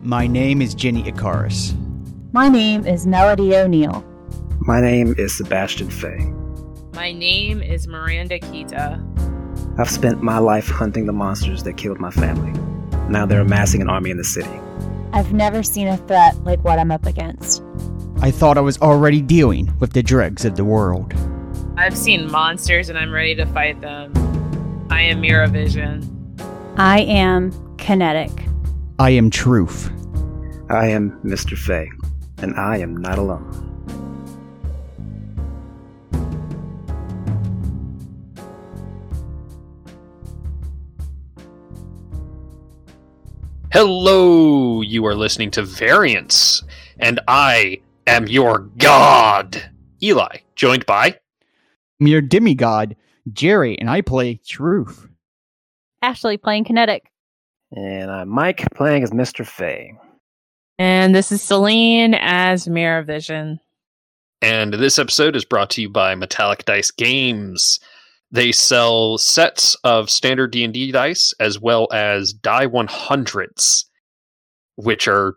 My name is Jenny Icarus. My name is Melody O'Neill. My name is Sebastian Fay. My name is Miranda Kita. I've spent my life hunting the monsters that killed my family. Now they're amassing an army in the city. I've never seen a threat like what I'm up against. I thought I was already dealing with the dregs of the world. I've seen monsters and I'm ready to fight them. I am Miravision. I am kinetic. I am truth. I am Mr. Fay, and I am not alone. Hello, you are listening to Variants, and I am your god, Eli, joined by Mere demigod, Jerry, and I play truth. Ashley playing kinetic. And I'm Mike, playing as Mr. Fay. And this is Celine as Miravision. And this episode is brought to you by Metallic Dice Games. They sell sets of standard D&D dice as well as die 100s, which are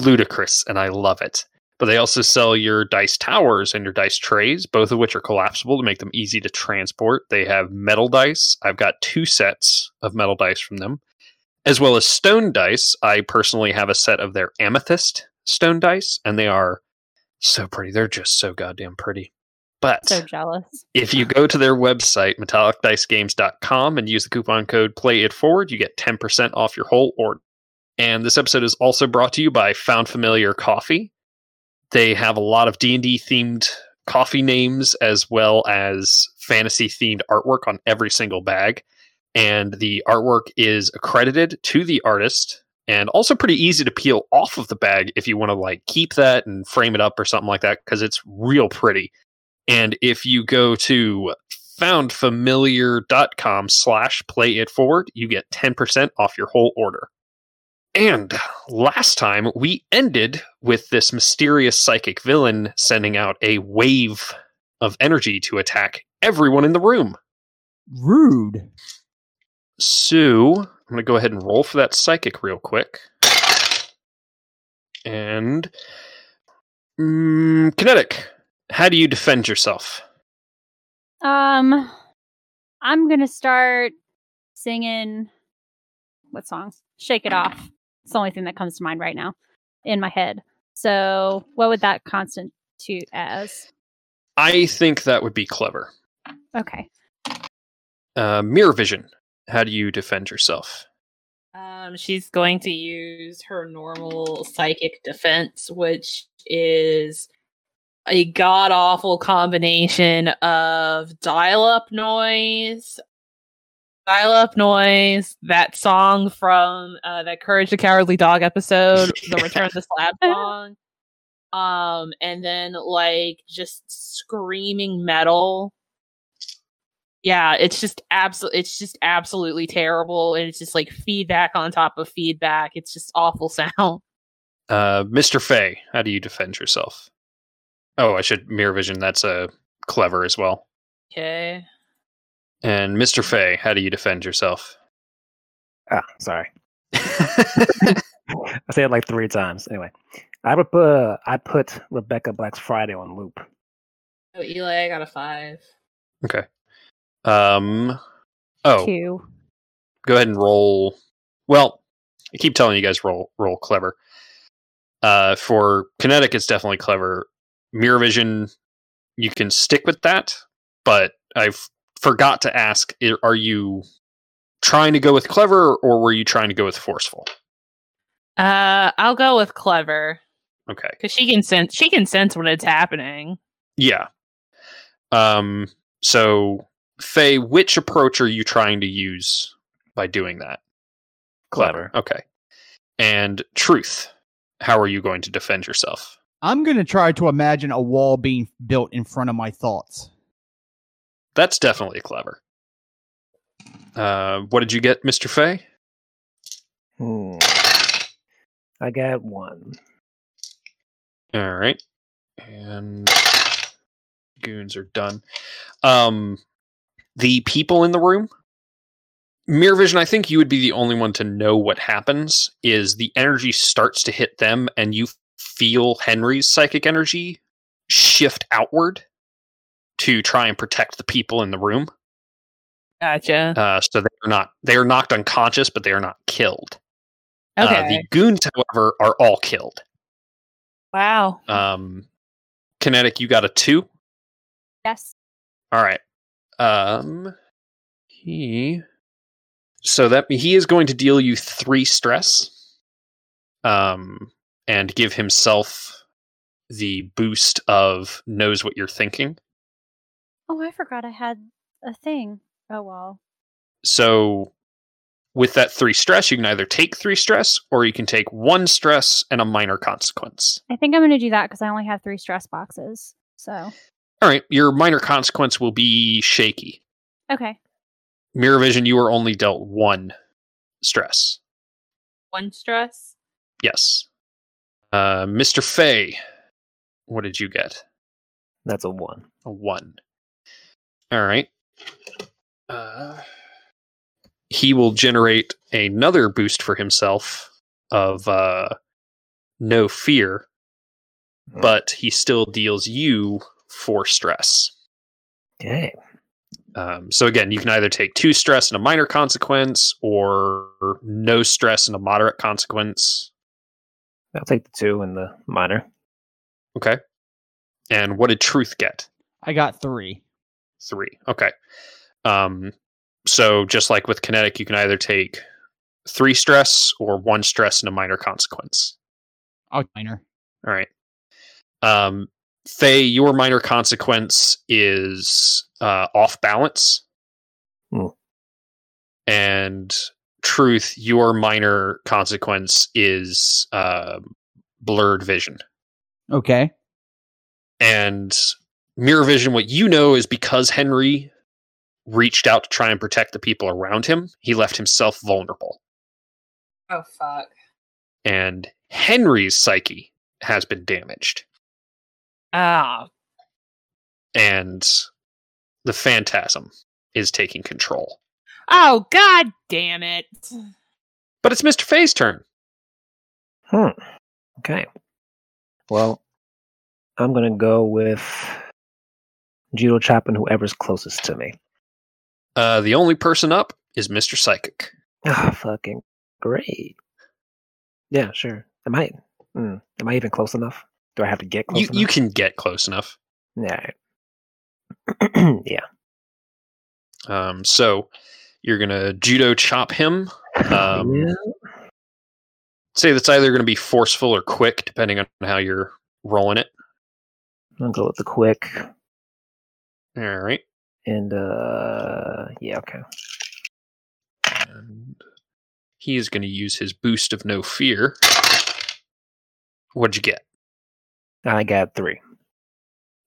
ludicrous and I love it. But they also sell your dice towers and your dice trays, both of which are collapsible to make them easy to transport. They have metal dice. I've got two sets of metal dice from them, as well as stone dice. I personally have a set of their amethyst stone dice, and they are so pretty. They're just so goddamn pretty. But So jealous. if you go to their website, metallicdicegames.com, and use the coupon code PLAYITFORWARD, you get 10% off your whole order. And this episode is also brought to you by Found Familiar Coffee. They have a lot of D&D themed coffee names as well as fantasy themed artwork on every single bag. And the artwork is accredited to the artist and also pretty easy to peel off of the bag if you want to like keep that and frame it up or something like that because it's real pretty. And if you go to foundfamiliar.com slash play it forward, you get 10% off your whole order. And last time we ended with this mysterious psychic villain sending out a wave of energy to attack everyone in the room. Rude. So I'm going to go ahead and roll for that psychic real quick. And mm, kinetic, how do you defend yourself? Um, I'm gonna start singing. What song? Shake It Off. It's the only thing that comes to mind right now in my head. So, what would that constitute as? I think that would be clever. Okay. Uh, mirror vision. How do you defend yourself? Um, she's going to use her normal psychic defense, which is a god awful combination of dial up noise, dial up noise, that song from uh, that Courage the Cowardly Dog episode, the Return of the Slab song, um, and then like just screaming metal yeah it's just absolutely it's just absolutely terrible and it's just like feedback on top of feedback it's just awful sound Uh, Mr. Fay, how do you defend yourself? Oh, I should mirror vision. That's uh, clever as well. okay And Mr. Fay, how do you defend yourself? Ah, sorry. I said it like three times. Anyway, I would put uh, I put Rebecca Black's Friday on loop. oh eli i got a five um, oh, Two. go ahead and roll. Well, I keep telling you guys roll roll clever. Uh, for kinetic, it's definitely clever. Mirror vision, you can stick with that, but I f- forgot to ask: i- Are you trying to go with clever, or were you trying to go with forceful? uh i'll go with clever Okay, because she can sense she can sense when it's happening yeah. Um, so Faye, which approach are you trying to use by doing that? Okay. And truth, how are you going to defend yourself? I'm going to try to imagine a wall being built in front of my thoughts. That's definitely clever. Uh, what did you get, Mr. Fay? Hmm. I got one. All right. And goons are done. Um, the people in the room Mirror Vision, I think you would be the only one to know what happens is the energy starts to hit them and you feel Henry's psychic energy shift outward to try and protect the people in the room. Gotcha. Uh, so they're not they are knocked unconscious, but they are not killed. Okay. Uh, the goons, however, are all killed. wow. Um, Kinetic, you got a two. Yes. All right. Um, he. So that he is going to deal you three stress. Um, and give himself the boost of knows what you're thinking. Oh, I forgot I had a thing. Oh well. So with that three stress, you can either take three stress or you can take one stress and a minor consequence. I think I'm gonna do that because I only have three stress boxes. So All right, your minor consequence will be shaky. okay. Mirror Vision, you are only dealt one stress. One stress. Yes. Uh, Mr. Fay, what did you get? That's a one. A one. All right. Uh, he will generate another boost for himself of uh, no fear, Hmm. but he still deals you four stress. Dang. Um, so again, you can either take two stress and a minor consequence, or no stress and a moderate consequence. I'll take the two and the minor. Okay. And what did Truth get? I got three. Three. Okay. Um, so just like with kinetic, you can either take three stress or one stress and a minor consequence. I'll minor. All right. Um, Faye, your minor consequence is uh, off balance. Hmm. And truth, your minor consequence is uh, blurred vision. Okay. And mirror vision, what you know is because Henry reached out to try and protect the people around him, he left himself vulnerable. Oh fuck. And Henry's psyche has been damaged. Ah. and the phantasm is taking control. Oh god damn it. But it's Mr. Faye's turn. Hmm. Okay. Well, I'm going to go with judo chopping whoever's closest to me. Uh, the only person up is Mr. Psychic. Ah, fucking great. Yeah, sure. Am I? Mm, am I even close enough? Do I have to get close You, enough? you can get close enough. Alright. yeah. Um, so you're going to judo chop him. Um, Yeah. Say that's either going to be forceful or quick, depending on how you're rolling it. I'll go with the quick All right. and uh yeah, okay. And he is going to use his boost of no fear. What'd you get? I got three.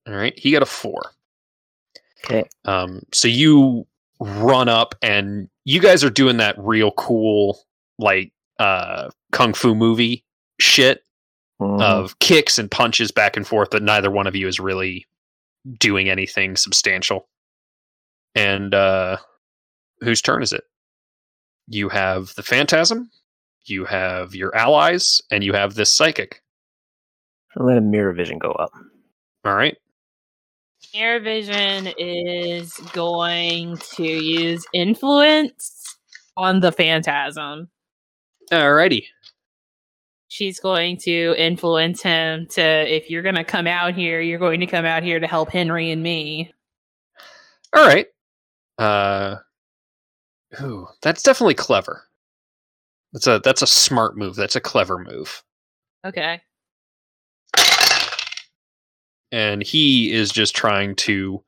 All right. He got a four. Okay. Um, so you run up and you guys are doing that real cool like uh kung fu movie shit Mhm. of kicks and punches back and forth, but neither one of you is really doing anything substantial. And uh whose turn is it? You have the phantasm, you have your allies, and you have this psychic. I'll let a mirror vision go up. All right. Mirror Vision is going to use influence on the phantasm. Alrighty. She's going to influence him to if you're going to come out here, you're going to come out here to help Henry and me. All right. Uh, ooh, that's definitely clever. That's a that's a smart move. That's a clever move. Okay. And he is just trying to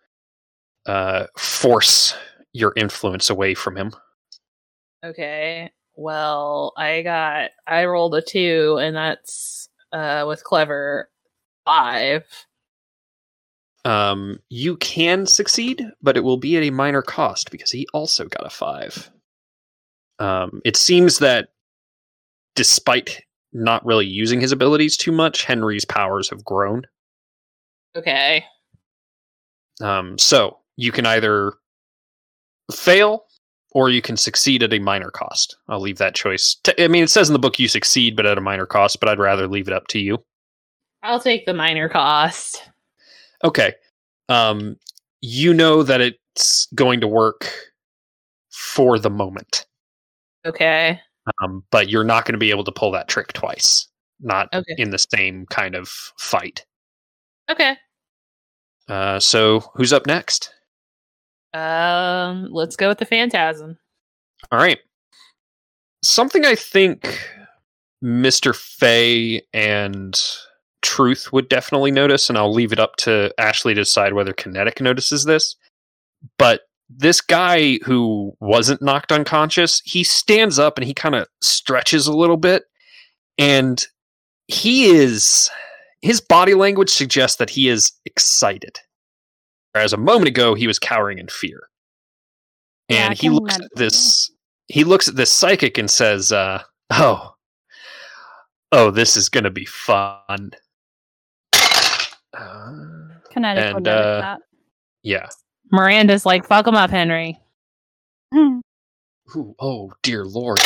uh, force your influence away from him. Okay. Well, I got I rolled a 2 and that's uh with clever 5. Um, you can succeed, but it will be at a minor cost because he also got a five. Um, it seems that despite not really using his abilities too much, Henry's powers have grown. Okay. Um, so you can either fail or you can succeed at a minor cost. I'll leave that choice. T- I mean, it says in the book you succeed, but at a minor cost, but I'd rather leave it up to you. I'll take the minor cost. Okay. Um, you know that it's going to work for the moment, Okay. um, but you're not going to be able to pull that trick twice, not Okay. in the same kind of fight. Okay. Uh, so, who's up next? Um, let's go with the phantasm. All right. Something I think Mr. Fay and Truth would definitely notice, and I'll leave it up to Ashley to decide whether Kinetic notices this. But this guy who wasn't knocked unconscious, he stands up and he kind of stretches a little bit, and he is his body language suggests that he is excited. Whereas a moment ago he was cowering in fear. Yeah, And I he can looks at remember. this he looks at this psychic and says, uh, oh, oh, this is gonna be fun. Uh, Kinetic And, would notice uh, that. yeah. Miranda's like, fuck him up, Henry. Hmm. Ooh, oh dear lord.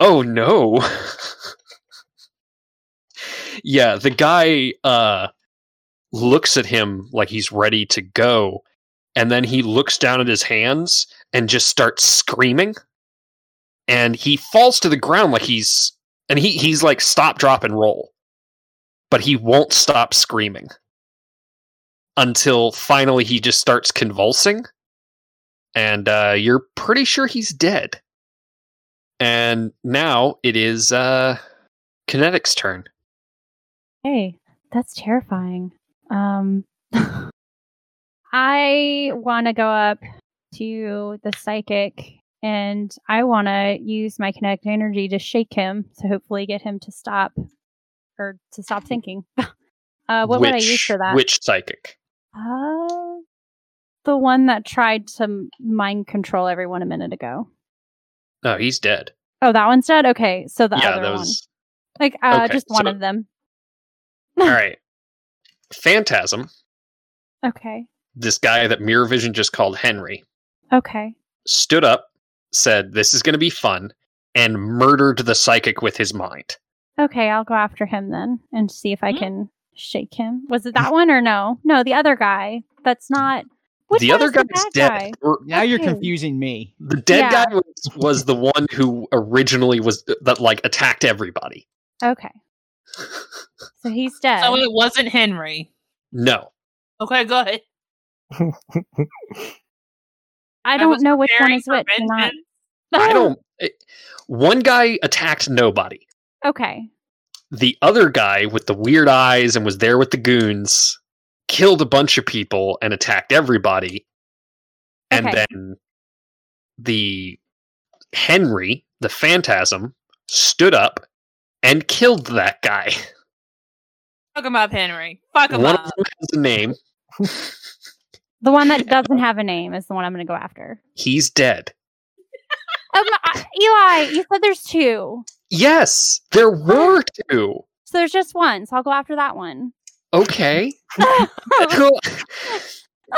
Oh no. yeah, the guy uh looks at him like he's ready to go and then he looks down at his hands and just starts screaming and he falls to the ground like he's and he he's like stop drop and roll but he won't stop screaming until finally he just starts convulsing and uh, you're pretty sure he's dead. And now it is uh, Kinetic's turn. Hey, that's terrifying. Um, I want to go up to the psychic and I want to use my kinetic energy to shake him to hopefully get him to stop or to stop thinking. uh, what would I use for that? Which psychic? Uh, the one that tried to m- mind control everyone a minute ago. Oh, he's dead. Oh, that one's dead. Okay, so the yeah, other that one, was like uh, okay, just one so- of them. all right. Phantasm, Okay, this guy that Mirror Vision just called Henry, okay. stood up, said, "This is going to be fun," and murdered the psychic with his mind. Okay, I'll go after him then and see if I Mhm. can shake him. Was it that one or no? No, the other guy. That's not. Which the one other is the guy's bad dead. guy? We're- Now you're Okay. confusing me. the dead Yeah. guy was, was the one who originally was uh, that like attacked everybody. Okay, so he's dead. So Oh, it wasn't Henry. No, Okay, go ahead. I don't was know which one preparing is for which. and Not... vengeance. I don't. It, one guy attacked nobody. Okay, The other guy with the weird eyes and was there with the goons killed a bunch of people and attacked everybody. And Okay. then the Henry, the phantasm, stood up and killed that guy. Fuck him up, Henry. Fuck him One up. of them has a name. the one that doesn't have a name is the one I'm going to go after. He's dead. Um, I- Eli, you said there's two, Yes, there were two. so there's just one. So I'll go after that one. Okay. Cool.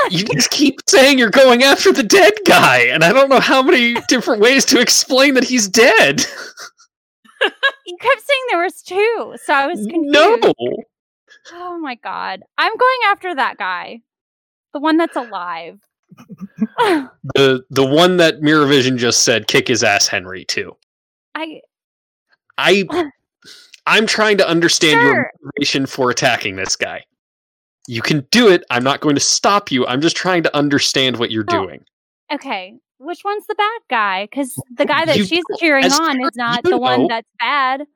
you just keep saying you're going after the dead guy, and I don't know how many different ways to explain that he's dead. You kept saying there was two, so I was confused. No, Oh my god. I'm going after that guy. The one that's alive. I the the one that Mirror Vision just said, kick his ass, Henry. Too. I I'm trying to understand your Sure. motivation for attacking this guy. You can do it. I'm not going to stop you. I'm just trying to understand what you're No, doing. okay. Which one's the bad guy? Because the guy that You- she's cheering as on far is as not you the one know- that's bad.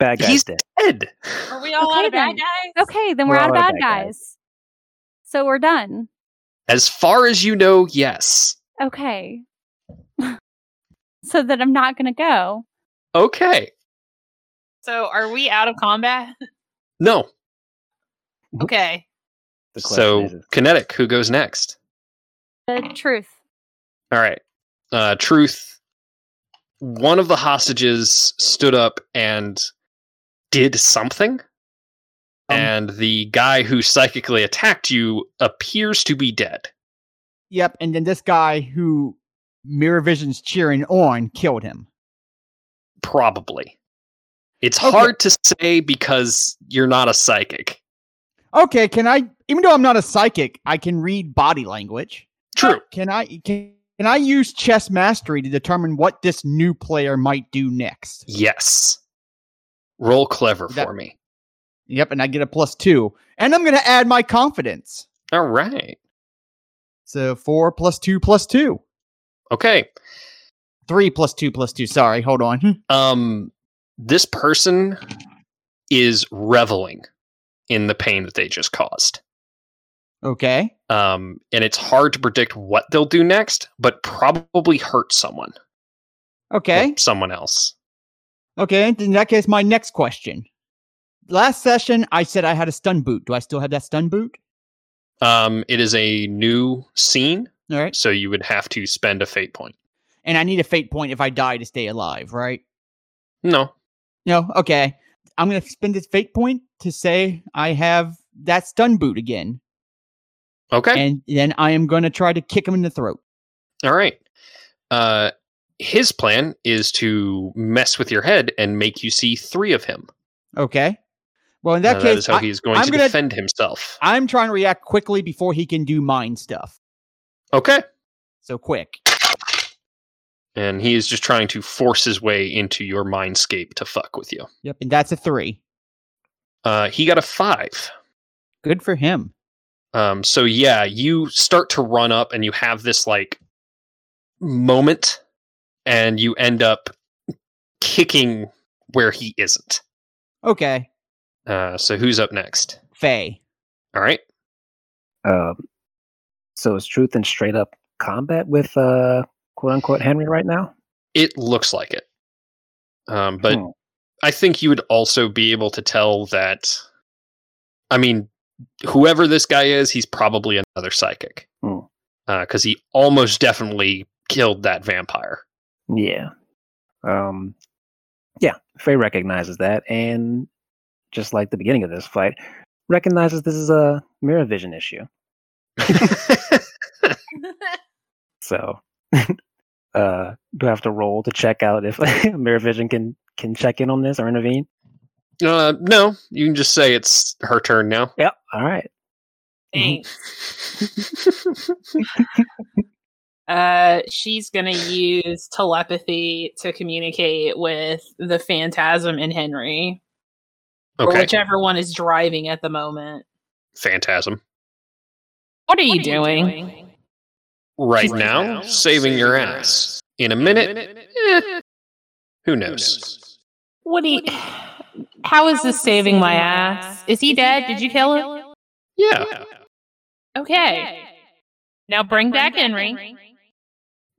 Bad guy's He's dead. Ed. Are we all Okay, out of bad then. guys? Okay, then we're, out of bad guys. So we're done. As far as you know, yes. Okay. so that I'm not gonna go. Okay. So are we out of combat? No. Okay. The question So is, kinetic, who goes next? The truth. All right. Uh, truth. One of the hostages stood up and did Um, something. and the guy who psychically attacked you appears to be dead. Yep. And then this guy who Mirror Vision's cheering on killed him. Probably. It's Okay. hard to say because you're not a psychic. Okay, can I? Even though I'm not a psychic, I can read body language. True. Can I? Can, can I use chess mastery to determine what this new player might do next? Yes. Roll clever That- for me. Yep, and I get a plus two, and I'm going to add my confidence. All right. So four plus two plus two, Okay. three plus two plus two. Sorry, hold on. Hmm. Um this person is reveling in the pain that they just caused. okay, Um and it's hard to predict what they'll do next, but probably hurt someone. or okay. Someone else. Okay, in that case, my next question. Last session, I said I had a stun boot. Do I still have that stun boot? Um it is a new scene, All right. so you would have to spend a fate point. And I need a fate point if I die to stay alive, right? No. No, okay. I'm going to spend this fate point to say I have that stun boot again. Okay. And then I am going to try to kick him in the throat. All right. Uh, his plan is to mess with your head and make you see three of him. Okay. Well, in Now, that That case, is how I, he's going I'm to gonna- defend himself. I'm trying to react quickly before he can do mind stuff. Okay. So quick. And he is just trying to force his way into your mindscape to fuck with you. Yep. And that's a three. Uh, he got a five. Good for him. Um, so yeah, you start to run up and you have this like moment and you end up kicking where he isn't. Okay. Uh, so who's up next? Faye. All right. Um, so is Truth in straight up combat with uh, quote unquote Henry right now? It looks like it. Um, but Hmm. I think you would also be able to tell that. I mean, whoever this guy is, he's probably another psychic. Hmm. Because he almost definitely killed that vampire. Hmm, Yeah. Um, yeah, Faye recognizes that, and just like the beginning of this fight, recognizes this is a mirror vision issue. So, uh, do I have to roll to check out if mirror vision can can check in on this or intervene? uh, no, you can just say it's her turn now. Yep. All right. Thanks. Uh, she's gonna use telepathy to communicate with the phantasm and Henry, or okay, whichever one is driving at the moment. phantasm. What are you doing? Right, now, saving your ass. In a minute, eh, who knows? What do you? How is this saving my ass? Is he dead? Did you kill him? Yeah. Okay. Now bring back Henry.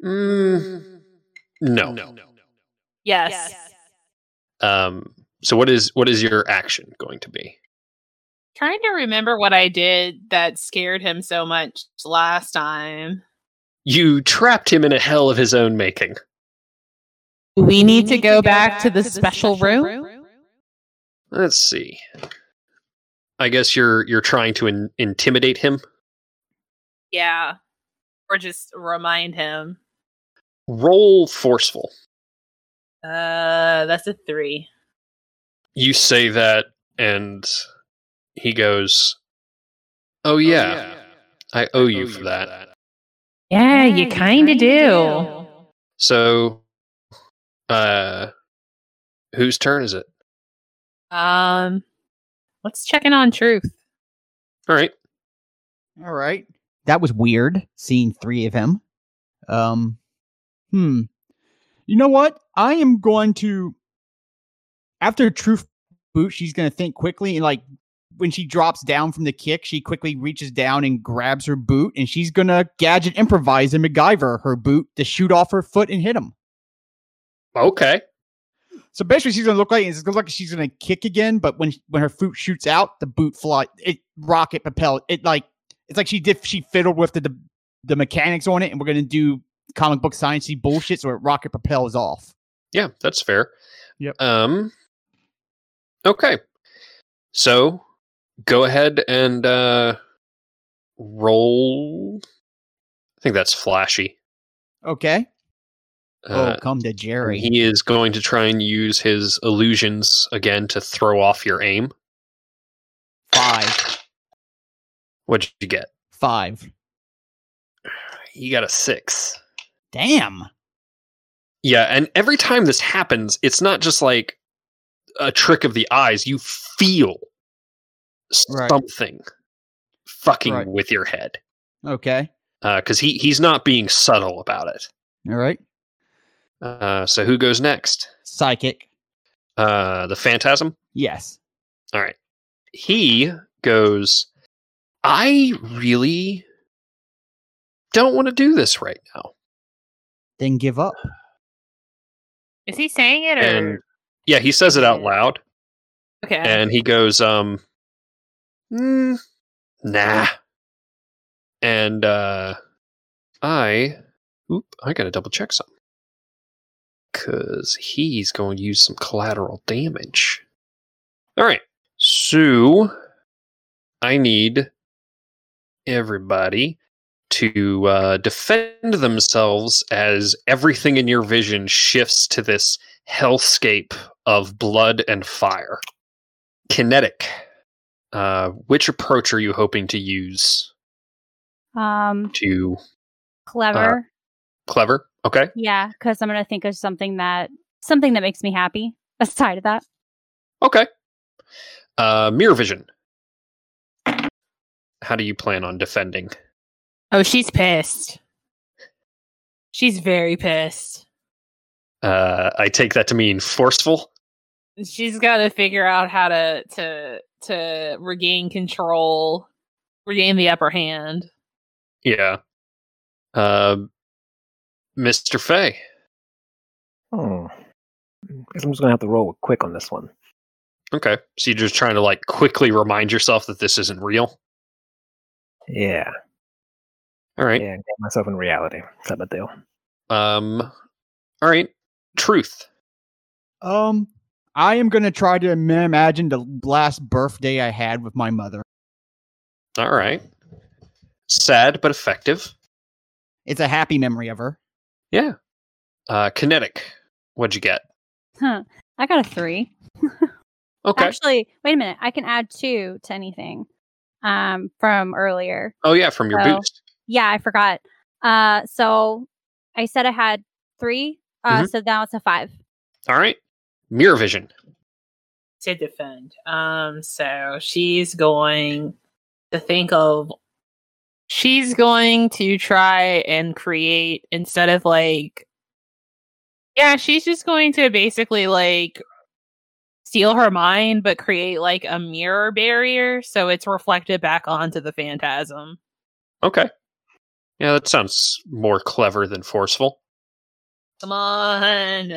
Mm, no. Yes. Um, so what is what is your action going to be? Trying to remember what I did that scared him so much last time. You trapped him in a hell of his own making. Do we need to go back to the special room? Let's see. I guess you're you're trying to in- intimidate him. Yeah. Or just remind him. Roll forceful. Uh, that's a three. You say that, and he goes, "Oh yeah, I owe you for that." Yeah, you kind of do. So, uh, whose turn is it? Um, let's check in on truth. All right. All right. That was weird seeing three of him. Um, hmm. You know what? I am going to. After Truth Boot, she's going to think quickly and like when she drops down from the kick, she quickly reaches down and grabs her boot and she's going to gadget improvise and MacGyver her boot to shoot off her foot and hit him. Okay. So basically, she's going to look like it's going to look like she's going to kick again, but when when her foot shoots out, the boot fly it rocket propelled it like it's like she did she fiddled with the the, the mechanics on it, and we're going to do comic book sciencey bullshit, so it rocket propels off. Yeah, that's fair. Yep. Um. Okay. So, go ahead and uh, roll. I think that's flashy. Okay, Uh, oh, come to Jerry. he is going to try and use his illusions again to throw off your aim. five. What'd you get? Five. You got a six. Damn. Yeah, and every time this happens, it's not just like a trick of the eyes. You feel Right. something fucking Right. with your head Okay. because Uh, he he's not being subtle about it. All right. Uh, so who goes next? Psychic. Uh, the phantasm. Yes. All right. He goes. I really don't want to do this right now. Then give up. Is he saying it or? And yeah, he says it out loud. okay. and he goes um "Mm, nah and uh i oop i gotta double check something because he's going to use some collateral damage all right so i need everybody to uh, defend themselves as everything in your vision shifts to this hellscape of blood and fire kinetic uh which approach are you hoping to use Um, to clever. clever okay yeah, because I'm gonna think of something that something that makes me happy. Aside of that, okay uh mirror vision how do you plan on defending Oh, she's pissed. She's very pissed. uh i take that to mean forceful She's got to figure out how to to to regain control, regain the upper hand. yeah uh mr fay Hmm. Guess I'm just gonna have to roll with quick on this one. okay so you're just trying to like quickly remind yourself that this isn't real Yeah, all right yeah. Get myself in reality. Type of deal. um all right truth Um, I am gonna try to im- imagine the last birthday I had with my mother. all right sad but effective It's a happy memory of her. Yeah. Uh, kinetic. What'd you get? huh? I got a three. Okay. Actually, wait a minute. I can add two to anything um, from earlier. oh yeah, from your so- boost. Yeah, I forgot. Uh, so I said I had three. Uh, Mhm. so now it's a five. All right. Mirror vision. to defend. Um, so she's going to think of she's going to try and create instead of like yeah, she's just going to basically like steal her mind but create like a mirror barrier so it's reflected back onto the phantasm. Okay. Yeah, that sounds more clever than forceful. Come on.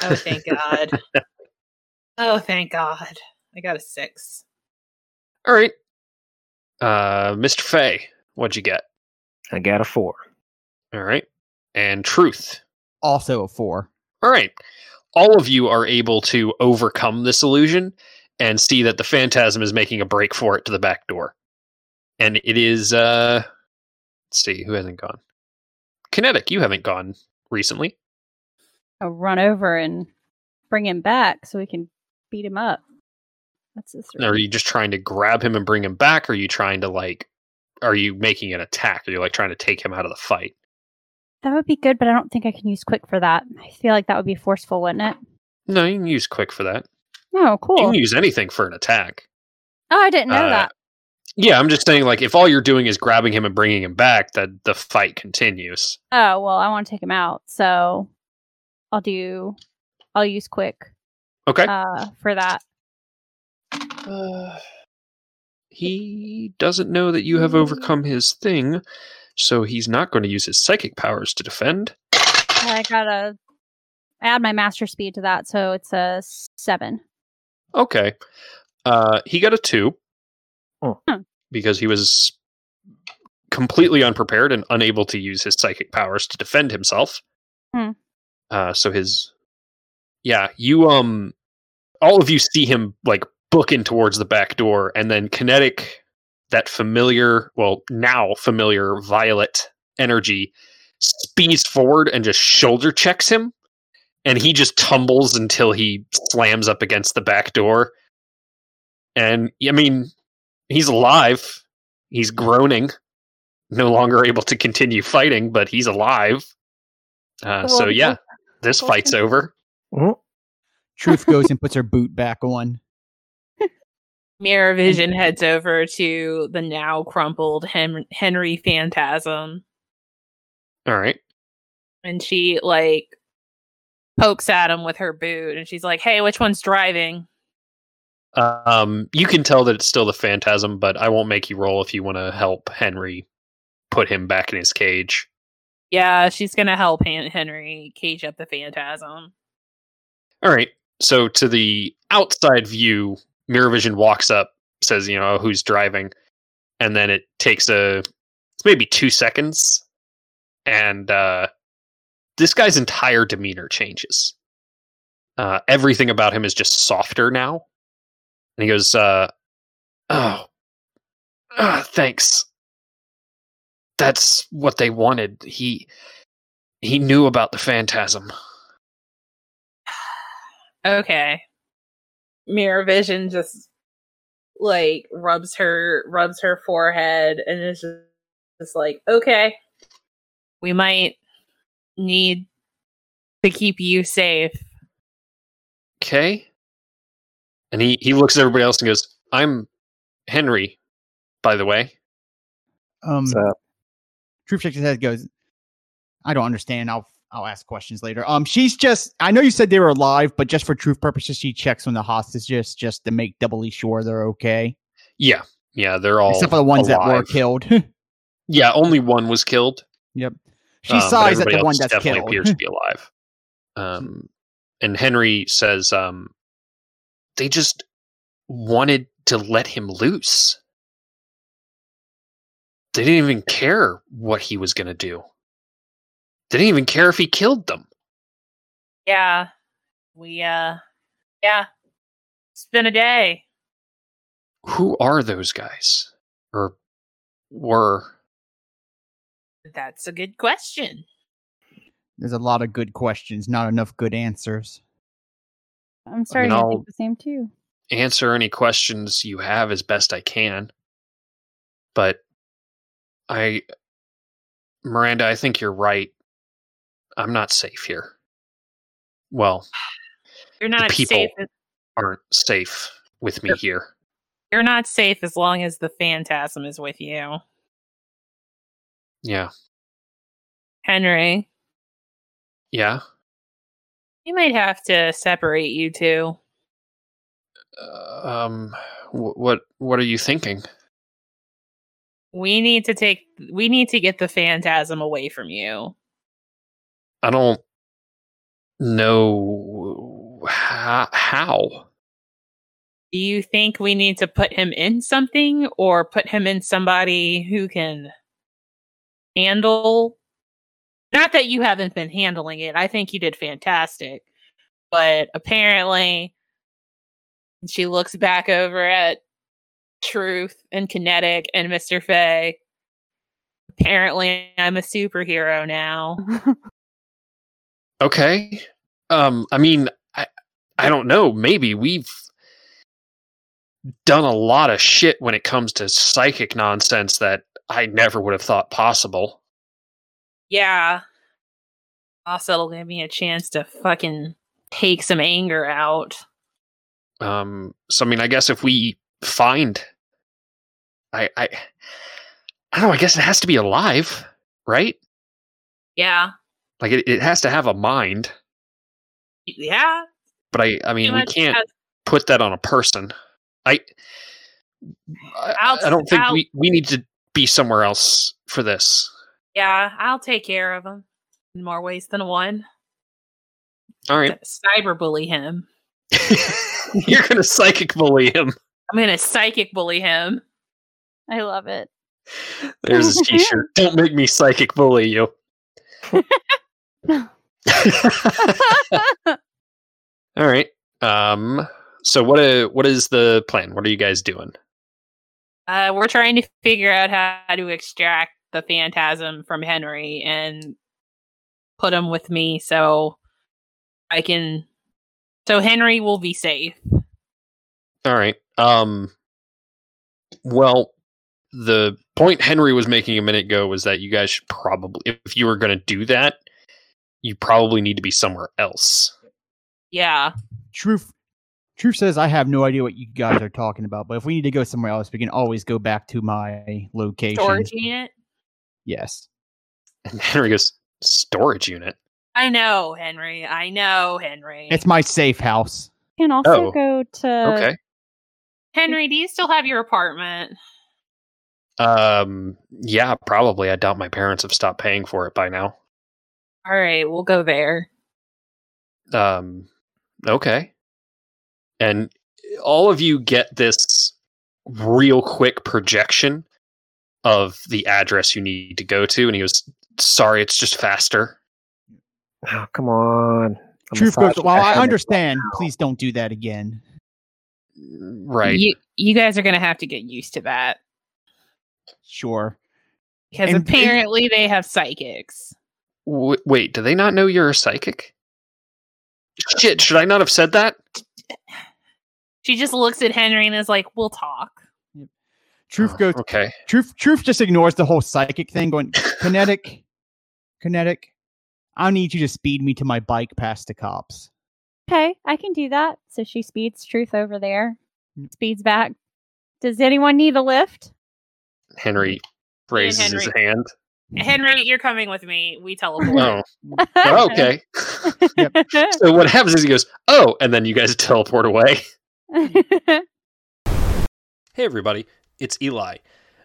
Oh thank god. Oh thank god. I got a 6. All right. Uh, Mr. Fay. What'd you get? I got a four. All right. And truth. Also a four. All right. All of you are able to overcome this illusion and see that the phantasm is making a break for it to the back door. And it is uh let's see, who hasn't gone? Kinetic, you haven't gone recently. I'll run over and bring him back so we can beat him up. That's a three. Are you just trying to grab him and bring him back? Or are you trying to like are you making an attack? Are you like trying to take him out of the fight? That would be good, but I don't think I can use quick for that. I feel like that would be forceful, wouldn't it? No, you can use quick for that. No, You cool. can use anything for an attack. Oh, I didn't know uh, that. Yeah, I'm just saying like if all you're doing is grabbing him and bringing him back, that the fight continues. Oh, well, I want to take him out, so I'll do. I'll use quick Okay. uh, for that. Uh, he doesn't know that you have overcome his thing, so he's not going to use his psychic powers to defend. I gotta add my master speed to that, so it's a seven. Okay. Uh, he got a two Oh. Hmm. because he was completely unprepared and unable to use his psychic powers to defend himself. Hmm. Uh, so his, yeah, you um, all of you see him like booking towards the back door, and then kinetic, that familiar, well now familiar violet energy, speeds forward and just shoulder checks him. And he just tumbles until he slams up against the back door. And I mean, he's alive. He's groaning, no longer able to continue fighting, but he's alive. Uh, so Well, yeah, this well, fight's over. Mm-hmm. Truth goes and puts her boot back on. Mirror Vision heads over to the now crumpled Hen- Henry Phantasm, All right. and she like pokes at him with her boot, and she's like, "Hey, which one's driving?" Um, you can tell that it's still the phantasm, but I won't make you roll if you want to help Henry put him back in his cage. Yeah, she's gonna help Han- Henry cage up the Phantasm. All right. So to the outside view, Mirror Vision walks up, says, you know, who's driving, and then it takes a it's maybe two seconds, and uh, this guy's entire demeanor changes. Uh, everything about him is just softer now, and he goes, uh, "Oh, ah, thanks. That's what they wanted. He he knew about the phantasm." Okay. Mirror Vision just like rubs her rubs her forehead and is just, just like, okay, we might need to keep you safe. okay and he he looks at everybody else and goes i'm henry by the way Um, So, Truth shakes his head, goes, "I don't understand. I'll I'll ask questions later." Um, she's just. I know you said they were alive, but just for truth purposes, she checks on the hostages just to make doubly sure they're okay, yeah yeah they're all except for the ones that were Oh, alive. killed. yeah only one was killed she um, but sighs at everybody the else one that's definitely killed. appears to be alive um and henry says um they just wanted to let him loose they didn't even care what he was going to do they didn't even care if he killed them Yeah. We uh yeah. It's been a day. who are those guys or were That's a good question. There's a lot of good questions, not enough good answers. I'm starting to I'll- think the same too. answer any questions you have as best I can. But I, Miranda, I think you're right. I'm not safe here. Well, You're not people. safe aren't safe with me here. you're not safe as long as the phantasm is with you. Yeah. Henry, Yeah. You might have to separate you two. Uh, um, wh- what, what are you thinking? We need to take we need to get the phantasm away from you. I don't know how. how. Do you think we need to put him in something or put him in somebody who can handle not that you haven't been handling it. I think you did fantastic. But apparently she looks back over at Truth and Kinetic and Mr. Fay. Apparently I'm a superhero now. Okay. Um I mean I I don't know, maybe we've done a lot of shit when it comes to psychic nonsense that I never would have thought possible. Yeah. Also, it'll give me a chance to fucking take some anger out. Um so I mean I guess if we find I I I don't know, I guess it has to be alive, right? Yeah. Like it, it has to have a mind. Yeah. But I I Pretty mean we much uh, can't has- put that on a person. I I, I'll- I don't think I'll- we, we need to be somewhere else for this. yeah, I'll take care of him in more ways than one. All right. Cyberbully him. You're gonna psychic bully him. I'm gonna psychic bully him. I love it. There's his t-shirt. Don't make me psychic bully you. All right. Um. So what? Uh, what is the plan? What are you guys doing? Uh, we're trying to figure out how to extract the phantasm from Henry, and put him with me so I can. So Henry will be safe. All right. Um well, the point Henry was making a minute ago was that you guys should probably if you were going to do that, you probably need to be somewhere else. Yeah. Truth, Truth says I have no idea what you guys are talking about, but if we need to go somewhere else, we can always go back to my location. Storage unit. Yes. And Henry goes, "Storage unit." I know, Henry. I know, Henry. It's my safe house. Can also Oh. go to. Okay. Henry, do you still have your apartment? Um yeah, probably. I doubt my parents have stopped paying for it by now. All right, we'll go there. um okay and all of you get this real quick projection of the address you need to go to and he goes sorry it's just faster Oh, come on. A Truth goes, massage Well, I therapist. understand. Please don't do that again. right You, you guys are going to have to get used to that Sure. because And- apparently they have psychics. W- wait do they not know you're a psychic shit should i not have said that She just looks at Henry and is like, "We'll talk." Truth goes okay Truth Truth just ignores the whole psychic thing going kinetic kinetic. I need you to speed me to my bike past the cops. Okay, I can do that. So she speeds Truth over there, Yep. speeds back. Does anyone need a lift? henry raises his Henry- hand Henry, you're coming with me. We teleport. Mm-hmm. oh oh, okay Yep. so what happens is he goes oh and then you guys teleport away Hey, everybody, it's Eli.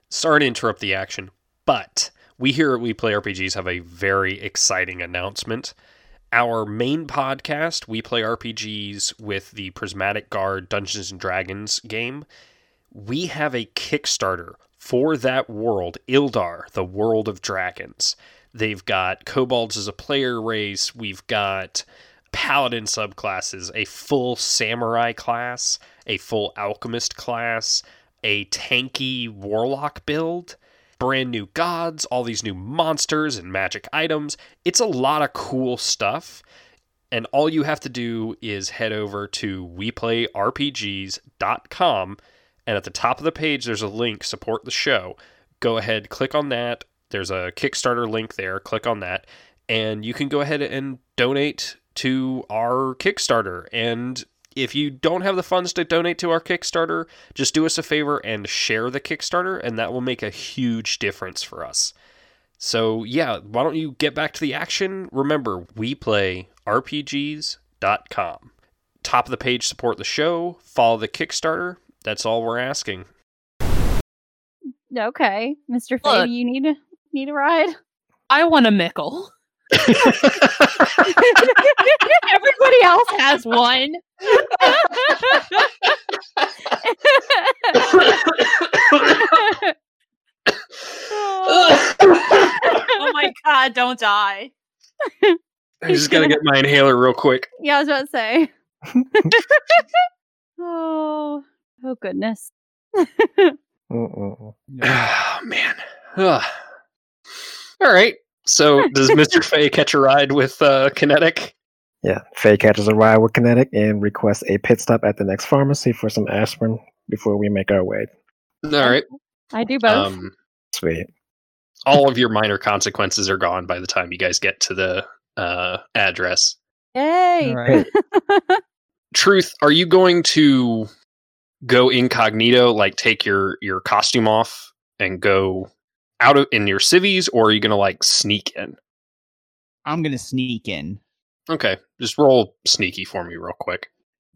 Sorry to interrupt the action, but we here at We Play RPGs have a very exciting announcement. Our main podcast, We Play RPGs with the Prismatic Guard Dungeons and Dragons game, we have a Kickstarter for that world, Ildar, the World of Dragons. They've got kobolds as a player race, we've got paladin subclasses, a full samurai class, a full alchemist class, a tanky warlock build, brand new gods, all these new monsters and magic items. It's a lot of cool stuff. And all you have to do is head over to weplayrpgs.com. And at the top of the page, there's a link support the show. Go ahead, click on that. There's a Kickstarter link there. Click on that. And you can go ahead and donate to our Kickstarter. And if you don't have the funds to donate to our Kickstarter, just do us a favor and share the Kickstarter, and that will make a huge difference for us. So, yeah, why don't you get back to the action? Remember, we play RPGs.com. Top of the page, support the show, follow the Kickstarter. That's all we're asking. okay, Mr. Look. Faye, do you need need a ride? I want a mickle. Everybody else has one. oh my god, don't die. I just got to get my inhaler real quick. yeah, I was about to say. oh, oh goodness. Mm-mm-mm. Oh, man. Ugh. All right. So, does Mr. Fay catch a ride with uh, Kinetic? Yeah, Faye catches a ride with Kinetic and requests a pit stop at the next pharmacy for some aspirin before we make our way. All right. I do both. Um, Sweet. all of your minor consequences are gone by the time you guys get to the uh, address. Yay! All right. Truth, are you going to go incognito, like take your your costume off and go out of, in your civvies, or are you going to like sneak in? I'm gonna sneak in. Okay, just roll sneaky for me real quick.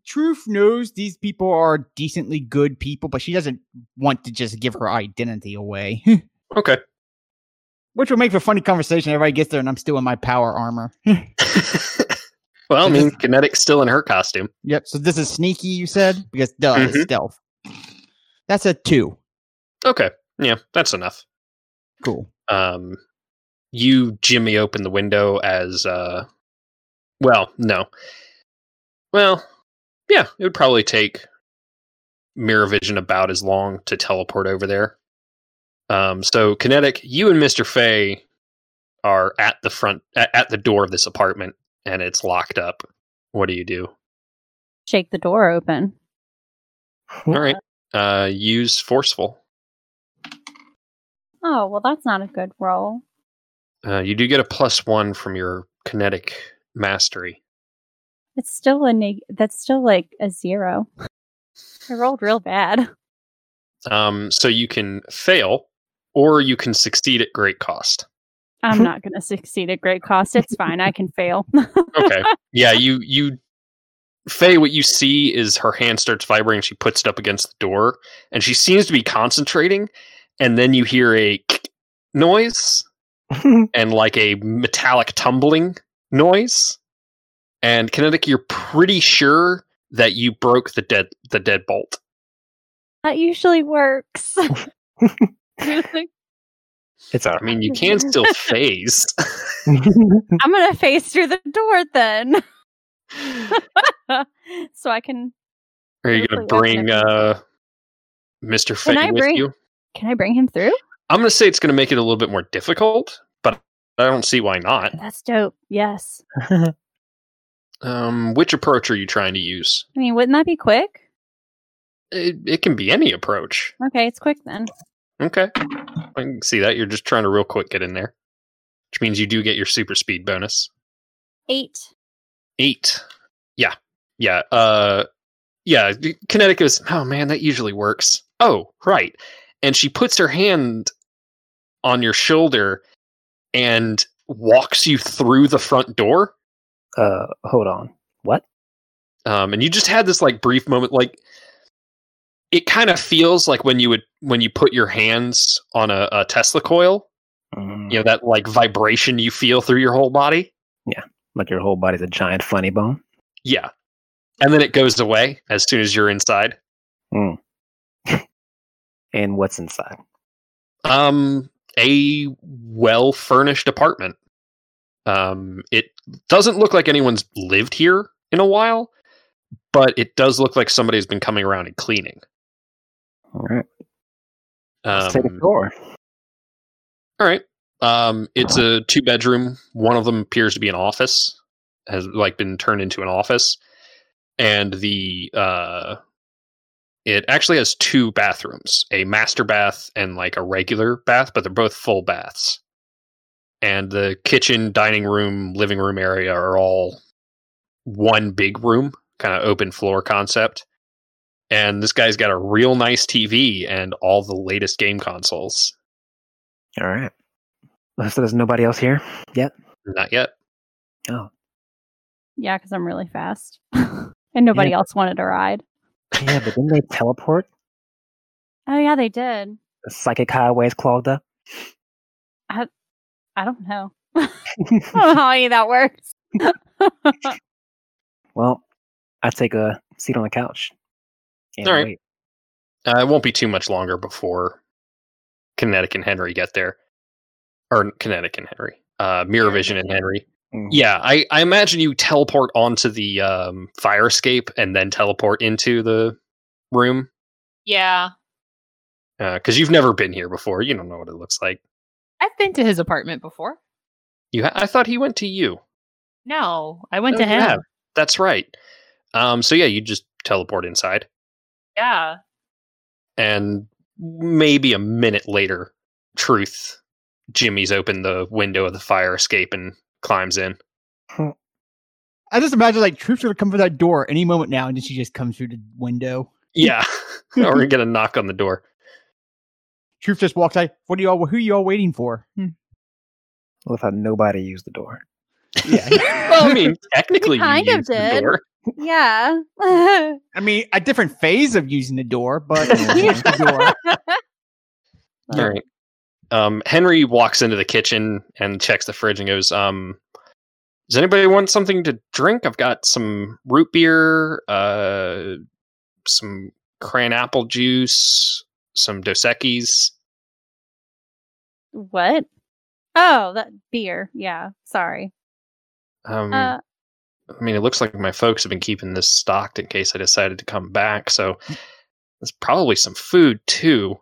Truth knows these people are decently good people, but she doesn't want to just give her identity away. Okay. Which will make for a funny conversation. Everybody gets there and I'm still in my power armor. well, I mean, Kinetic's still in her costume. yep. So this is sneaky, you said? Because duh, it's Mhm. stealth. That's a two. Okay, yeah, that's enough. Cool. um, you jimmy open the window as uh, well no well yeah it would probably take mirror vision about as long to teleport over there um, so kinetic you and mr fay are at the front at, at the door of this apartment and it's locked up. What do you do? Shake the door open. All right. Uh use forceful. Oh, well, that's not a good roll. Uh you do get a plus 1 from your kinetic mastery. It's still a neg- that's still like a zero. I rolled real bad. Um so you can fail or you can succeed at great cost. I'm not going to succeed at great cost. It's fine. I can fail. Okay. yeah, you you Faye, what you see is her hand starts vibrating, she puts it up against the door, and she seems to be concentrating, and then you hear a noise and like a metallic tumbling noise. And Kinetic, you're pretty sure that you broke the dead the deadbolt. that usually works. it's all I mean, you can still phase. right. I'm going to face through the door then. so I can Are you gonna Hopefully it bring works uh Mr. Can I Faye with bring- you? can I bring him through? I'm gonna say it's gonna make it a little bit more difficult, but I don't see why not. That's dope. Yes. Um, which approach are you trying to use? I mean, wouldn't that be quick? It, it can be any approach. Okay, it's quick then. Okay. I can see that. You're just trying to real quick get in there, which means you do get your super speed bonus. Eight. Eight. Yeah. Yeah. Uh, yeah. Kinetic goes, oh man, that usually works. Oh, right. And she puts her hand on your shoulder and walks you through the front door. uh, hold on. What? um, and you just had this like brief moment like it kind of feels like when you would when you put your hands on a, a tesla coil Mm, you know that like vibration you feel through your whole body Like your whole body's a giant funny bone. yeah and then it goes away as soon as you're inside And what's inside? um a well furnished apartment um it doesn't look like anyone's lived here in a while but it does look like somebody's been coming around and cleaning All right. Let's take a um, tour. All right. Um, it's a two bedroom. One of them appears to be an office, has like been turned into an office, and the uh, it actually has two bathrooms: a master bath and like a regular bath, but they're both full baths. And the kitchen, dining room, living room area are all one big room, kind of open floor concept. And this guy's got a real nice TV and all the latest game consoles. All right. So there's nobody else here. Not yet. Yeah, because I'm really fast. and nobody else wanted a ride. Yeah, but didn't they teleport? Oh, yeah, they did. The psychic highways clogged up. I don't know. I don't know how any of that works. well, I take a seat on the couch. And All right. wait. Uh, it won't be too much longer before Kinetic and Henry get there, or Kinetic and Henry, uh, Mirror Vision and Henry. Mhm. Yeah, I, I imagine you teleport onto the um, fire escape and then teleport into the room Yeah. because you've never been here before. You don't know what it looks like. I've been to his apartment before. You, ha- I thought he went to you. No, I went No, to Oh, you him. have. That's right. Um, so yeah, you just teleport inside, Yeah. and maybe a minute later, Truth, Jimmy's opened the window of the fire escape and climbs in. I just imagine like troops are gonna come through that door any moment now, and then she just comes through the window. Yeah. or we're gonna knock on the door. Troops just walks out. What are y'all? Who are y'all waiting for? Hmm. Well, if I nobody used the door. Yeah. well, I mean, technically, you kind of used the did. door. yeah. I I mean, a different phase of using the door, but the door. All right. Um, Henry walks into the kitchen and checks the fridge and goes, um, "Does anybody want something to drink? I've got some root beer, uh, some cran apple juice, some Dos Equis." What? Oh, that beer. Yeah. Sorry. Um, Uh, I mean, it looks like my folks have been keeping this stocked in case I decided to come back. So there's probably some food too.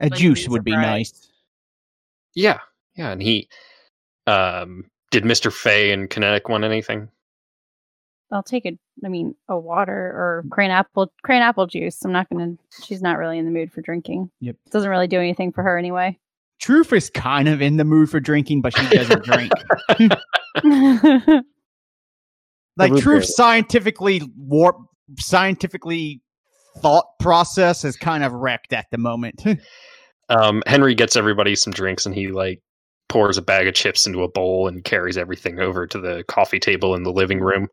A Like juice these would be fries. nice. Yeah, yeah, and he Um, did Mr. Fay and Kinetic want anything? I'll take a, I mean, a water or crane apple, crane apple juice. I'm not gonna. She's not really in the mood for drinking. Yep. Doesn't really do anything for her anyway. Truth is kind of in the mood for drinking, but she doesn't drink. Like root beer. Truth's scientifically warp, scientifically thought process is kind of wrecked at the moment. Um, Henry gets everybody some drinks and he like pours a bag of chips into a bowl and carries everything over to the coffee table in the living room.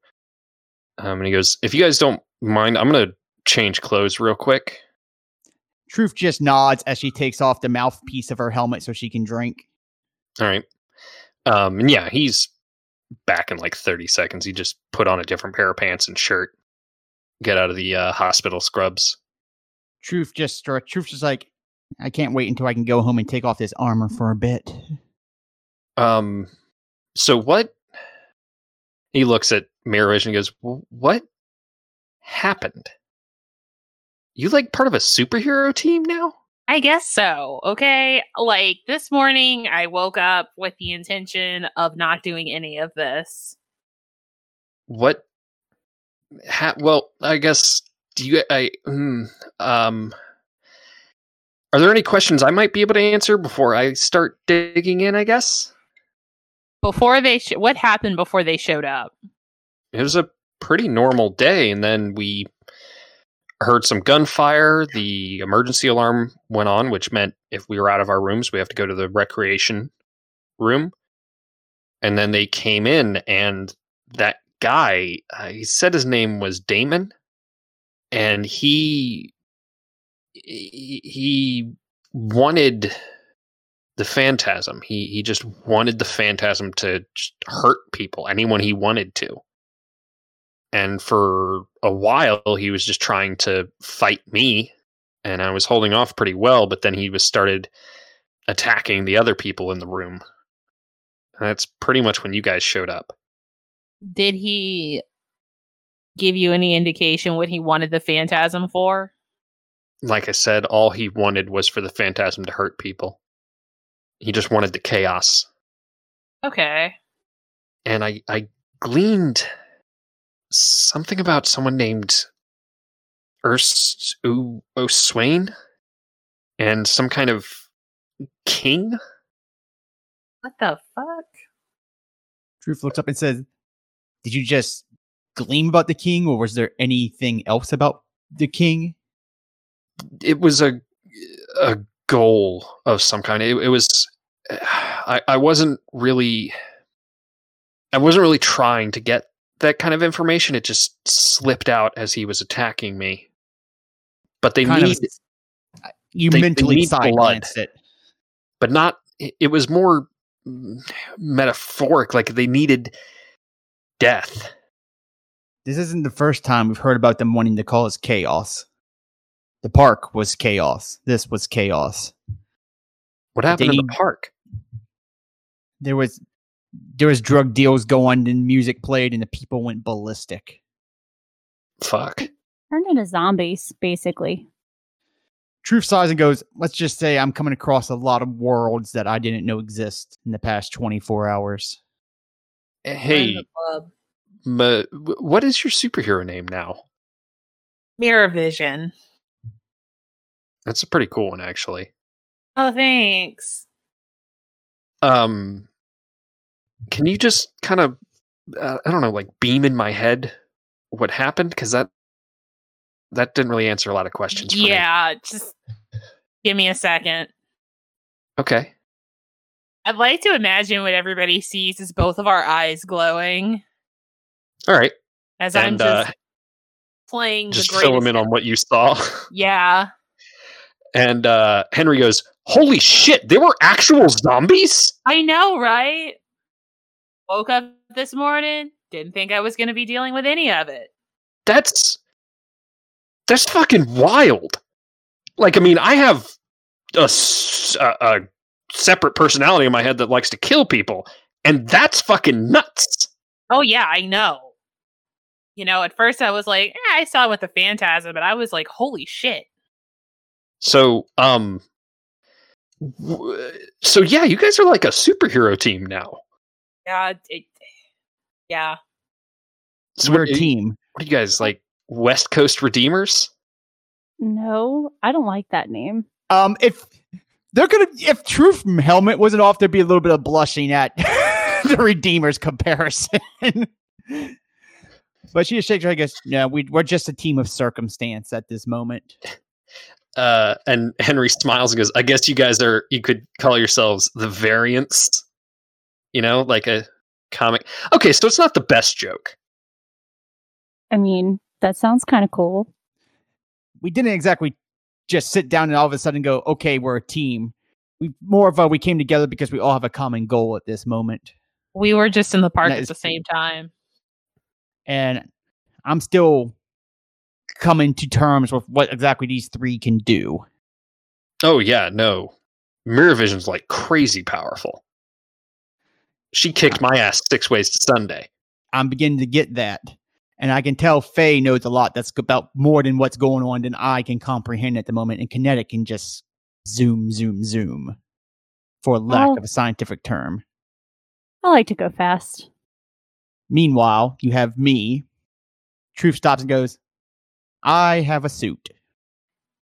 Um, and he goes, "If you guys don't mind, I'm gonna change clothes real quick." Truth just nods as she takes off the mouthpiece of her helmet so she can drink. All right. Um, and yeah, he's back in like 30 seconds. He just put on a different pair of pants and shirt, get out of the uh, hospital scrubs. Truth just uh, Truth's just like, I can't wait until I can go home and take off this armor for a bit. Um, so what? He looks at Mirror Vision and goes, "Wh- "What happened? You like part of a superhero team now?" I guess so. Okay. Like this morning, I woke up with the intention of not doing any of this. what ha- well i guess do you i mm, um are there any questions i might be able to answer before i start digging in i guess Before they, sh- what happened before they showed up? it was a pretty normal day and then we heard some gunfire the emergency alarm went on which meant if we were out of our rooms we have to go to the recreation room and then they came in and that guy uh, he said his name was damon and he he he wanted the phantasm he he just wanted the phantasm to just hurt people anyone he wanted to and for a while he was just trying to fight me and i was holding off pretty well but then he was started attacking the other people in the room and that's pretty much when you guys showed up Did he give you any indication what he wanted the phantasm for? like i said all he wanted was for the phantasm to hurt people he just wanted the chaos Okay. and i i gleaned something about someone named Urs O- Oswain and some kind of king What the fuck? Truth looks up and says, Did you just gleam about the king, or was there anything else about the king? it was a a goal of some kind. It, it was I I wasn't really I wasn't really trying to get that kind of information. It just slipped out as he was attacking me. But they Kind of- need, you they- they mentally need blood. silenced it. but not. It it was more mm, metaphoric. Like they needed death. This isn't the first time we've heard about them wanting to cause chaos. The park was chaos. This was chaos. What happened in the need- park? There was there was drug deals going and music played and the people went ballistic. Fuck. Turned into zombies, basically. Truth sighs and goes, let's just say I'm coming across a lot of worlds that I didn't know exist in the past 24 hours. Hey, ma- wh- what is your superhero name now? Mirror vision. That's a pretty cool one, actually. Oh, thanks. um can you just kind of uh, i don't know like beam in my head what happened because that that didn't really answer a lot of questions for me. Yeah, just give me a second. okay I'd like to imagine what everybody sees is both of our eyes glowing all right as I'm and uh, just playing just the greatest. fill him in on what you saw yeah, and uh henry goes holy shit there were actual zombies I know, right? Woke up this morning, didn't think I was going to be dealing with any of it. that's that's fucking wild like i mean i have a, s- a- a separate personality in my head that likes to kill people and that's fucking nuts Oh yeah, I know. You know, at first I was like, eh, I saw it with the phantasm, but I was like, holy shit. So, um, w- so yeah, you guys are like a superhero team now. Yeah, it, yeah. So We're what, a are you, team. what are you guys like? West Coast Redeemers? No, I don't like that name. Um, if they're gonna, if Truth Helmet wasn't off, there'd be a little bit of blushing at the Redeemers comparison. but she just shakes her head. and Goes, no, we, we're just a team of circumstance at this moment. Uh, and Henry smiles and goes, "I guess you guys are. You could call yourselves the Variants. You know, like a comic. Okay, so it's not the best joke. I mean, that sounds kind of cool. We didn't exactly just sit down and all of a sudden go, okay, we're a team. We more of a we came together because we all have a common goal at this moment. We were just in the park That at is the same time. and I'm still coming to terms with what exactly these three can do. Oh yeah, no. Mirror Vision's like crazy powerful. She kicked my ass six ways to Sunday. I'm beginning to get that, and I can tell Faye knows a lot that's about more than what's going on than I can comprehend at the moment. And kinetic can just zoom, zoom, zoom, for lack Oh. of a scientific term. I like to go fast. Meanwhile, you have me. Truth stops and goes, "I have a suit."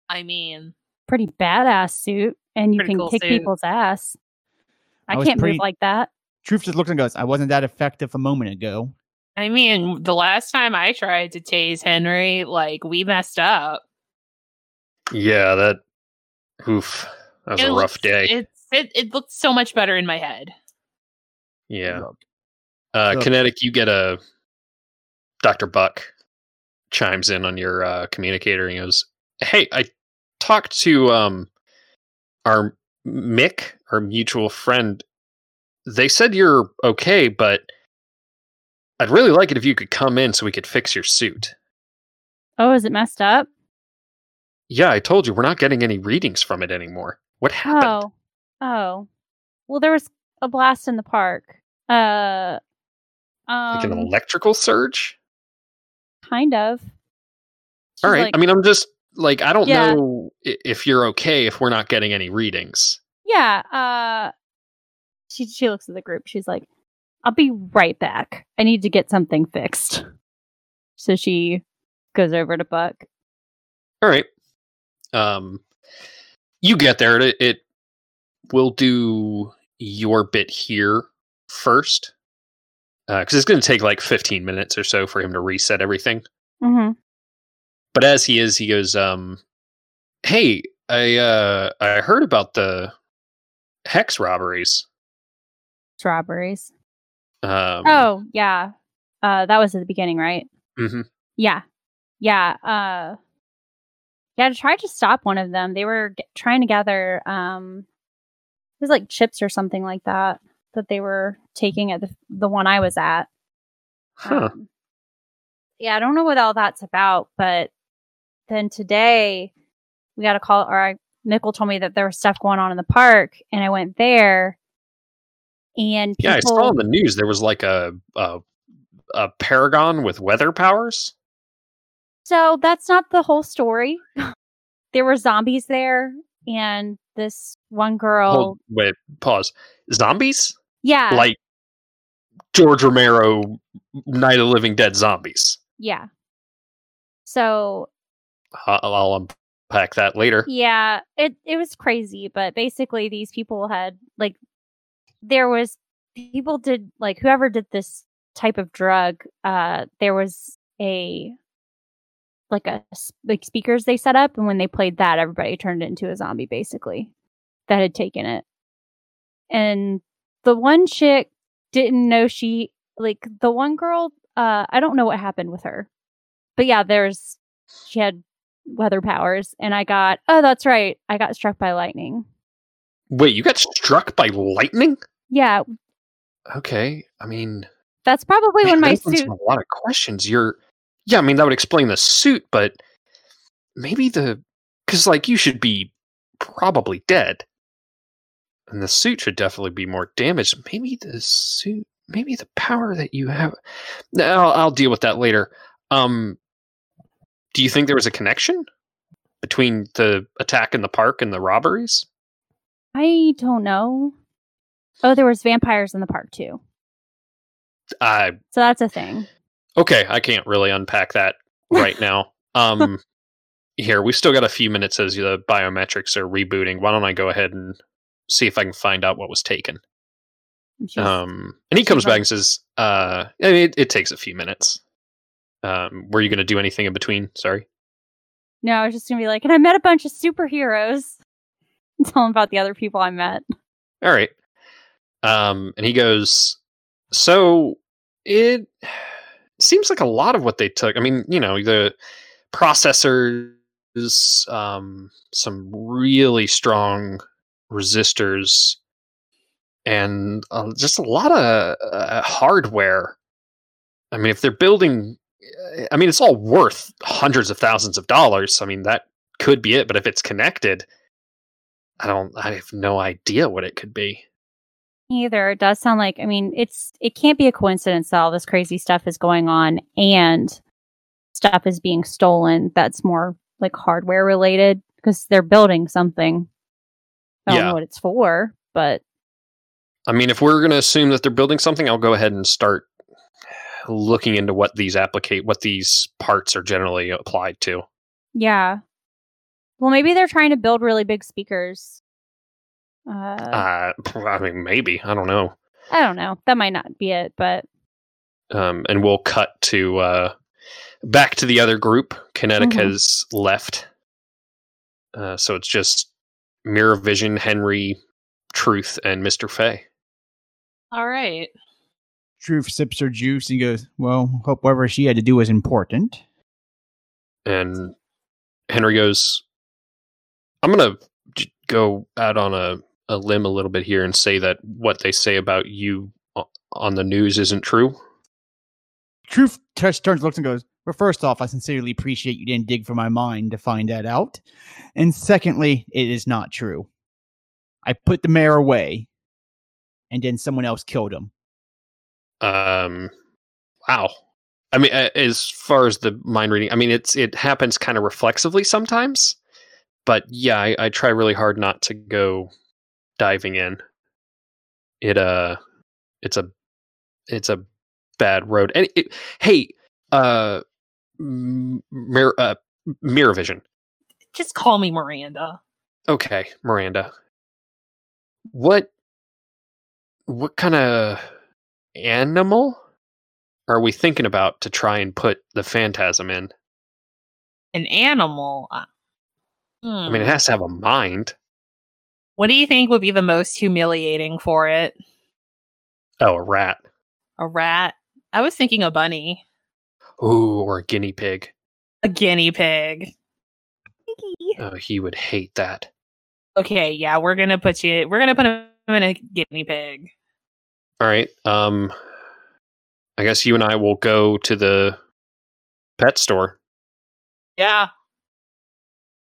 I mean, Pretty badass suit, and you Pretty can cool kick suit. people's ass. I, I was can't pretty- move like that. Truth just looks and goes, "I wasn't that effective a moment ago." I mean, the last time I tried to tase Henry, like we messed up. Yeah, that. Oof, that was It a rough looks- day. It's it, it looked so much better in my head. yeah. Uh, Look. Kinetic, you get a Dr. Buck chimes in on your uh, communicator and goes, Hey, I talked to um, our Mick, our mutual friend. They said you're okay, but I'd really like it if you could come in so we could fix your suit. Oh, is it messed up? Yeah, I told you, we're not getting any readings from it anymore. What happened? Oh, oh. Well, there was a blast in the park. Uh, um, Like an electrical surge? kind of. All She's right. like- I mean, I'm just like, I don't Yeah. know i- if you're okay if we're not getting any readings. yeah. Uh, she she looks at the group. She's like, "I'll be right back. I need to get something fixed." So she goes over to Buck. All right. Um, you get there. It, it will do your bit here first, because it's going to take like 15 minutes or so for him to reset everything. Mm-hmm. But as he is, he goes, um, "Hey, I uh, I heard about the hex robberies. Strawberries. Um, Oh yeah. Uh, that was at the beginning, right? mhm. Yeah. Yeah. Uh Yeah, I tried to stop one of them. They were g- trying to gather um it was like chips or something like that that they were taking at the the one I was at. huh? Um, yeah, I don't know what all that's about, but then today we got a call, or I, Nickel told me that there was stuff going on in the park, and I went there, and Yeah, I people- saw in the news there was like a a, a paragon with weather powers. So that's not the whole story. there were zombies there, and this one girl, Hold, wait, pause. Zombies? Oh. yeah, like George Romero, Night of the Living Dead zombies. yeah. So I- I'll, I'll unpack that later. Yeah, it it was crazy, but basically these people had like there was people did like whoever did this type of drug, uh there was a like a s- like speakers they set up and when they played that everybody turned into a zombie basically that had taken it. And the one chick didn't know she like the one girl uh I don't know what happened with her. But yeah, there's she had weather powers and I got oh that's right I got struck by lightning. Wait, you got struck by lightning? Yeah, Okay, I mean, that's probably man, when my that opens suit up a lot of questions. You're, yeah, I mean, that would explain the suit, but maybe the, because like you should be probably dead, and the suit should definitely be more damaged. Maybe the suit, maybe the power that you have. No, I'll, I'll deal with that later. Um, do you think there was a connection between the attack in the park and the robberies? I don't know. Oh, there was vampires in the park too. I So that's a thing. Okay, I can't really unpack that right now. Um here, we still got a few minutes as the biometrics are rebooting. Why don't I go ahead and see if I can find out what was taken? I'm sure. Um and he comes back and says, uh I mean, it, it takes a few minutes. Um were you gonna do anything in between? Sorry. no, I was just gonna be like, and I met a bunch of superheroes. Tell them about the other people I met. All right. Um and he goes, So it seems like a lot of what they took. I mean, you know, the processors, um, some really strong resistors, and uh, just a lot of uh, hardware. I mean, if they're building, eh, I mean, it's all worth hundreds of thousands of dollars. I mean, that could be it. But if it's connected, I don't. I have no idea what it could be. Either it does sound like I mean, it's it can't be a coincidence that all this crazy stuff is going on and stuff is being stolen that's more like hardware related because they're building something. I don't Yeah. know what it's for, but I mean, if we're going to assume that they're building something, I'll go ahead and start looking into what these applicate, what these parts are generally applied to. yeah. Well, maybe they're trying to build really big speakers. Uh, Uh, I mean, maybe I don't know. I don't know. That might not be it, but Um, and we'll cut to uh, back to the other group. Kinetic Mhm. has left, uh, so it's just Mirror Vision, Henry, Truth, and Mister Fay. All right. Truth sips her juice and goes, Well, hope whatever she had to do was important. and Henry goes, "I'm gonna j- go out on a, a limb a little bit here and say that what they say about you o- on the news isn't true." Truth t- turns, looks, and goes, Well, first off, I sincerely appreciate you didn't dig for my mind to find that out. And secondly, it is not true. I put the mayor away, and then someone else killed him. Um, wow. I mean, a- as far as the mind reading, I mean, it's it happens kind of reflexively sometimes, but yeah, I, I try really hard not to go diving in. It uh, it's a, it's a bad road. And it, hey, uh, M- Mir- uh, Mirror Vision. Just call me Miranda. Okay, Miranda. What what kind of animal are we thinking about to try and put the phantasm in? An animal. Uh, I mean, it hmm. has to have a mind. what do you think would be the most humiliating for it? Oh, a rat. A rat? I was thinking a bunny, Ooh, or a guinea pig. a guinea pig. Oh, he would hate that. Okay, yeah, we're gonna put you. We're gonna put him in a guinea pig. All right. Um I guess you and I will go to the pet store. Yeah,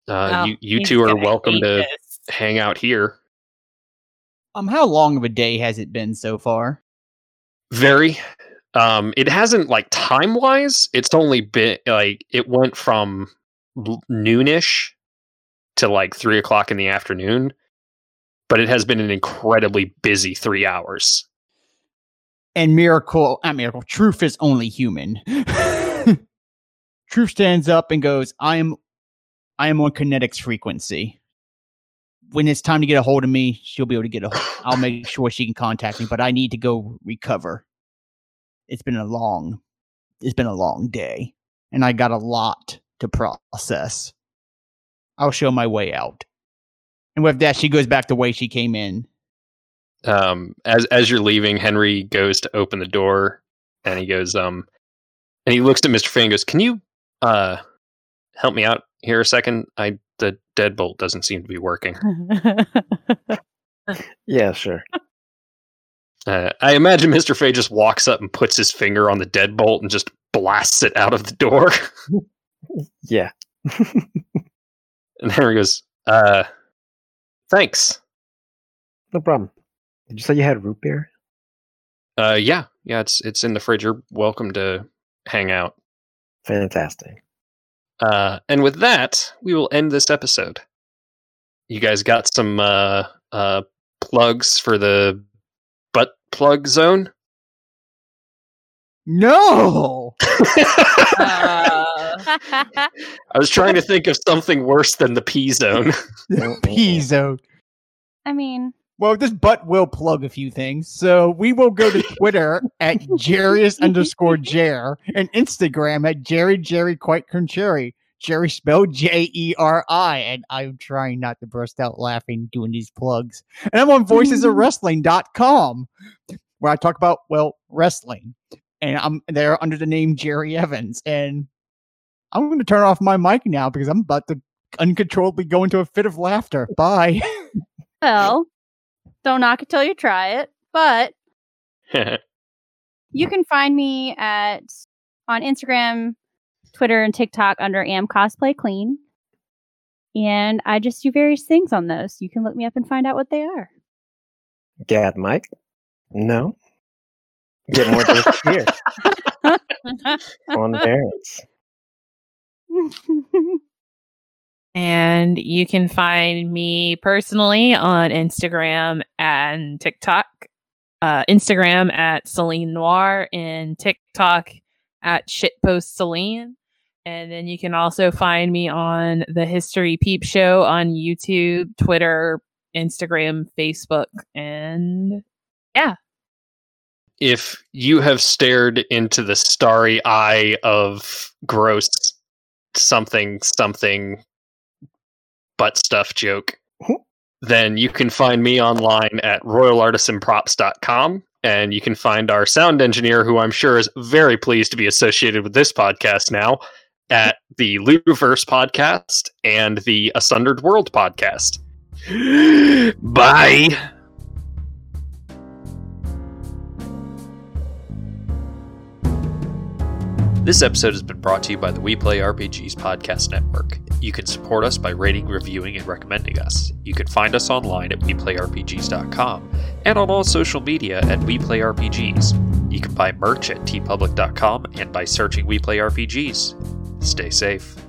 Uh, Oh, you you he's two are gonna welcome hate to this. hang out here. Um, how long of a day has it been so far? Very. Um, it hasn't like time wise. It's only been like it went from l- noonish to like three o'clock in the afternoon, but it has been an incredibly busy three hours. And Miracle, not Miracle, Truth is only human. Truth stands up and goes, I am I am on kinetics frequency. When it's time to get a hold of me, she'll be able to get a I'll make sure she can contact me, but I need to go recover. It's been a long it's been a long day, and I got a lot to process. I'll show my way out. And with that, she goes back the way she came in. um, as as you're leaving, Henry goes to open the door, and he goes, um, and he looks at Mister Fay and goes, "Can you uh help me out here a second? I the deadbolt doesn't seem to be working." Yeah, sure. Uh, I imagine Mr. Fay just walks up and puts his finger on the deadbolt and just blasts it out of the door. Yeah. and Henry goes, uh, thanks. no problem. Did you say you had root beer? Uh, yeah, yeah, it's, it's in the fridge. You're welcome to hang out. Fantastic. Uh, and with that, we will end this episode. You guys got some, uh, uh, plugs for the butt plug zone? No. Uh, I was trying to think of something worse than the P zone. mm, Pizzo. I mean, Well, this butt will plug a few things. So we will go to Twitter at Jarius underscore Jer and Instagram at Jerry Jerry Quite Contrary. Jerry spelled J E R I. And I'm trying not to burst out laughing doing these plugs. And I'm on voicesofwrestling.com where I talk about, well, wrestling. And I'm there under the name Jerry Evans. And I'm going to turn off my mic now because I'm about to uncontrollably go into a fit of laughter. Bye. well, don't knock it till you try it. But You can find me at on Instagram, Twitter, and TikTok under Am Cosplay Clean. And I just do various things on those. You can look me up and find out what they are. Dad, Mike? No. Get more just here on the parents. and you can find me personally on Instagram and TikTok. Uh, Instagram at Celine Noir and TikTok at shitpost Celine. And then you can also find me on the History Peep Show on YouTube, Twitter, Instagram, Facebook, and if you have stared into the starry eye of gross something something butt stuff joke, then you can find me online at royalartisanprops.com and you can find our sound engineer, who I'm sure is very pleased to be associated with this podcast now, at the Ludiverse podcast and the Asundered World podcast. Bye. This episode has been brought to you by the We Play RPGs podcast network. You can support us by rating, reviewing, and recommending us. You can find us online at weplayrpgs.com and on all social media at We Play RPGs. You can buy merch at tpublic.com and by searching We Play RPGs. Stay safe.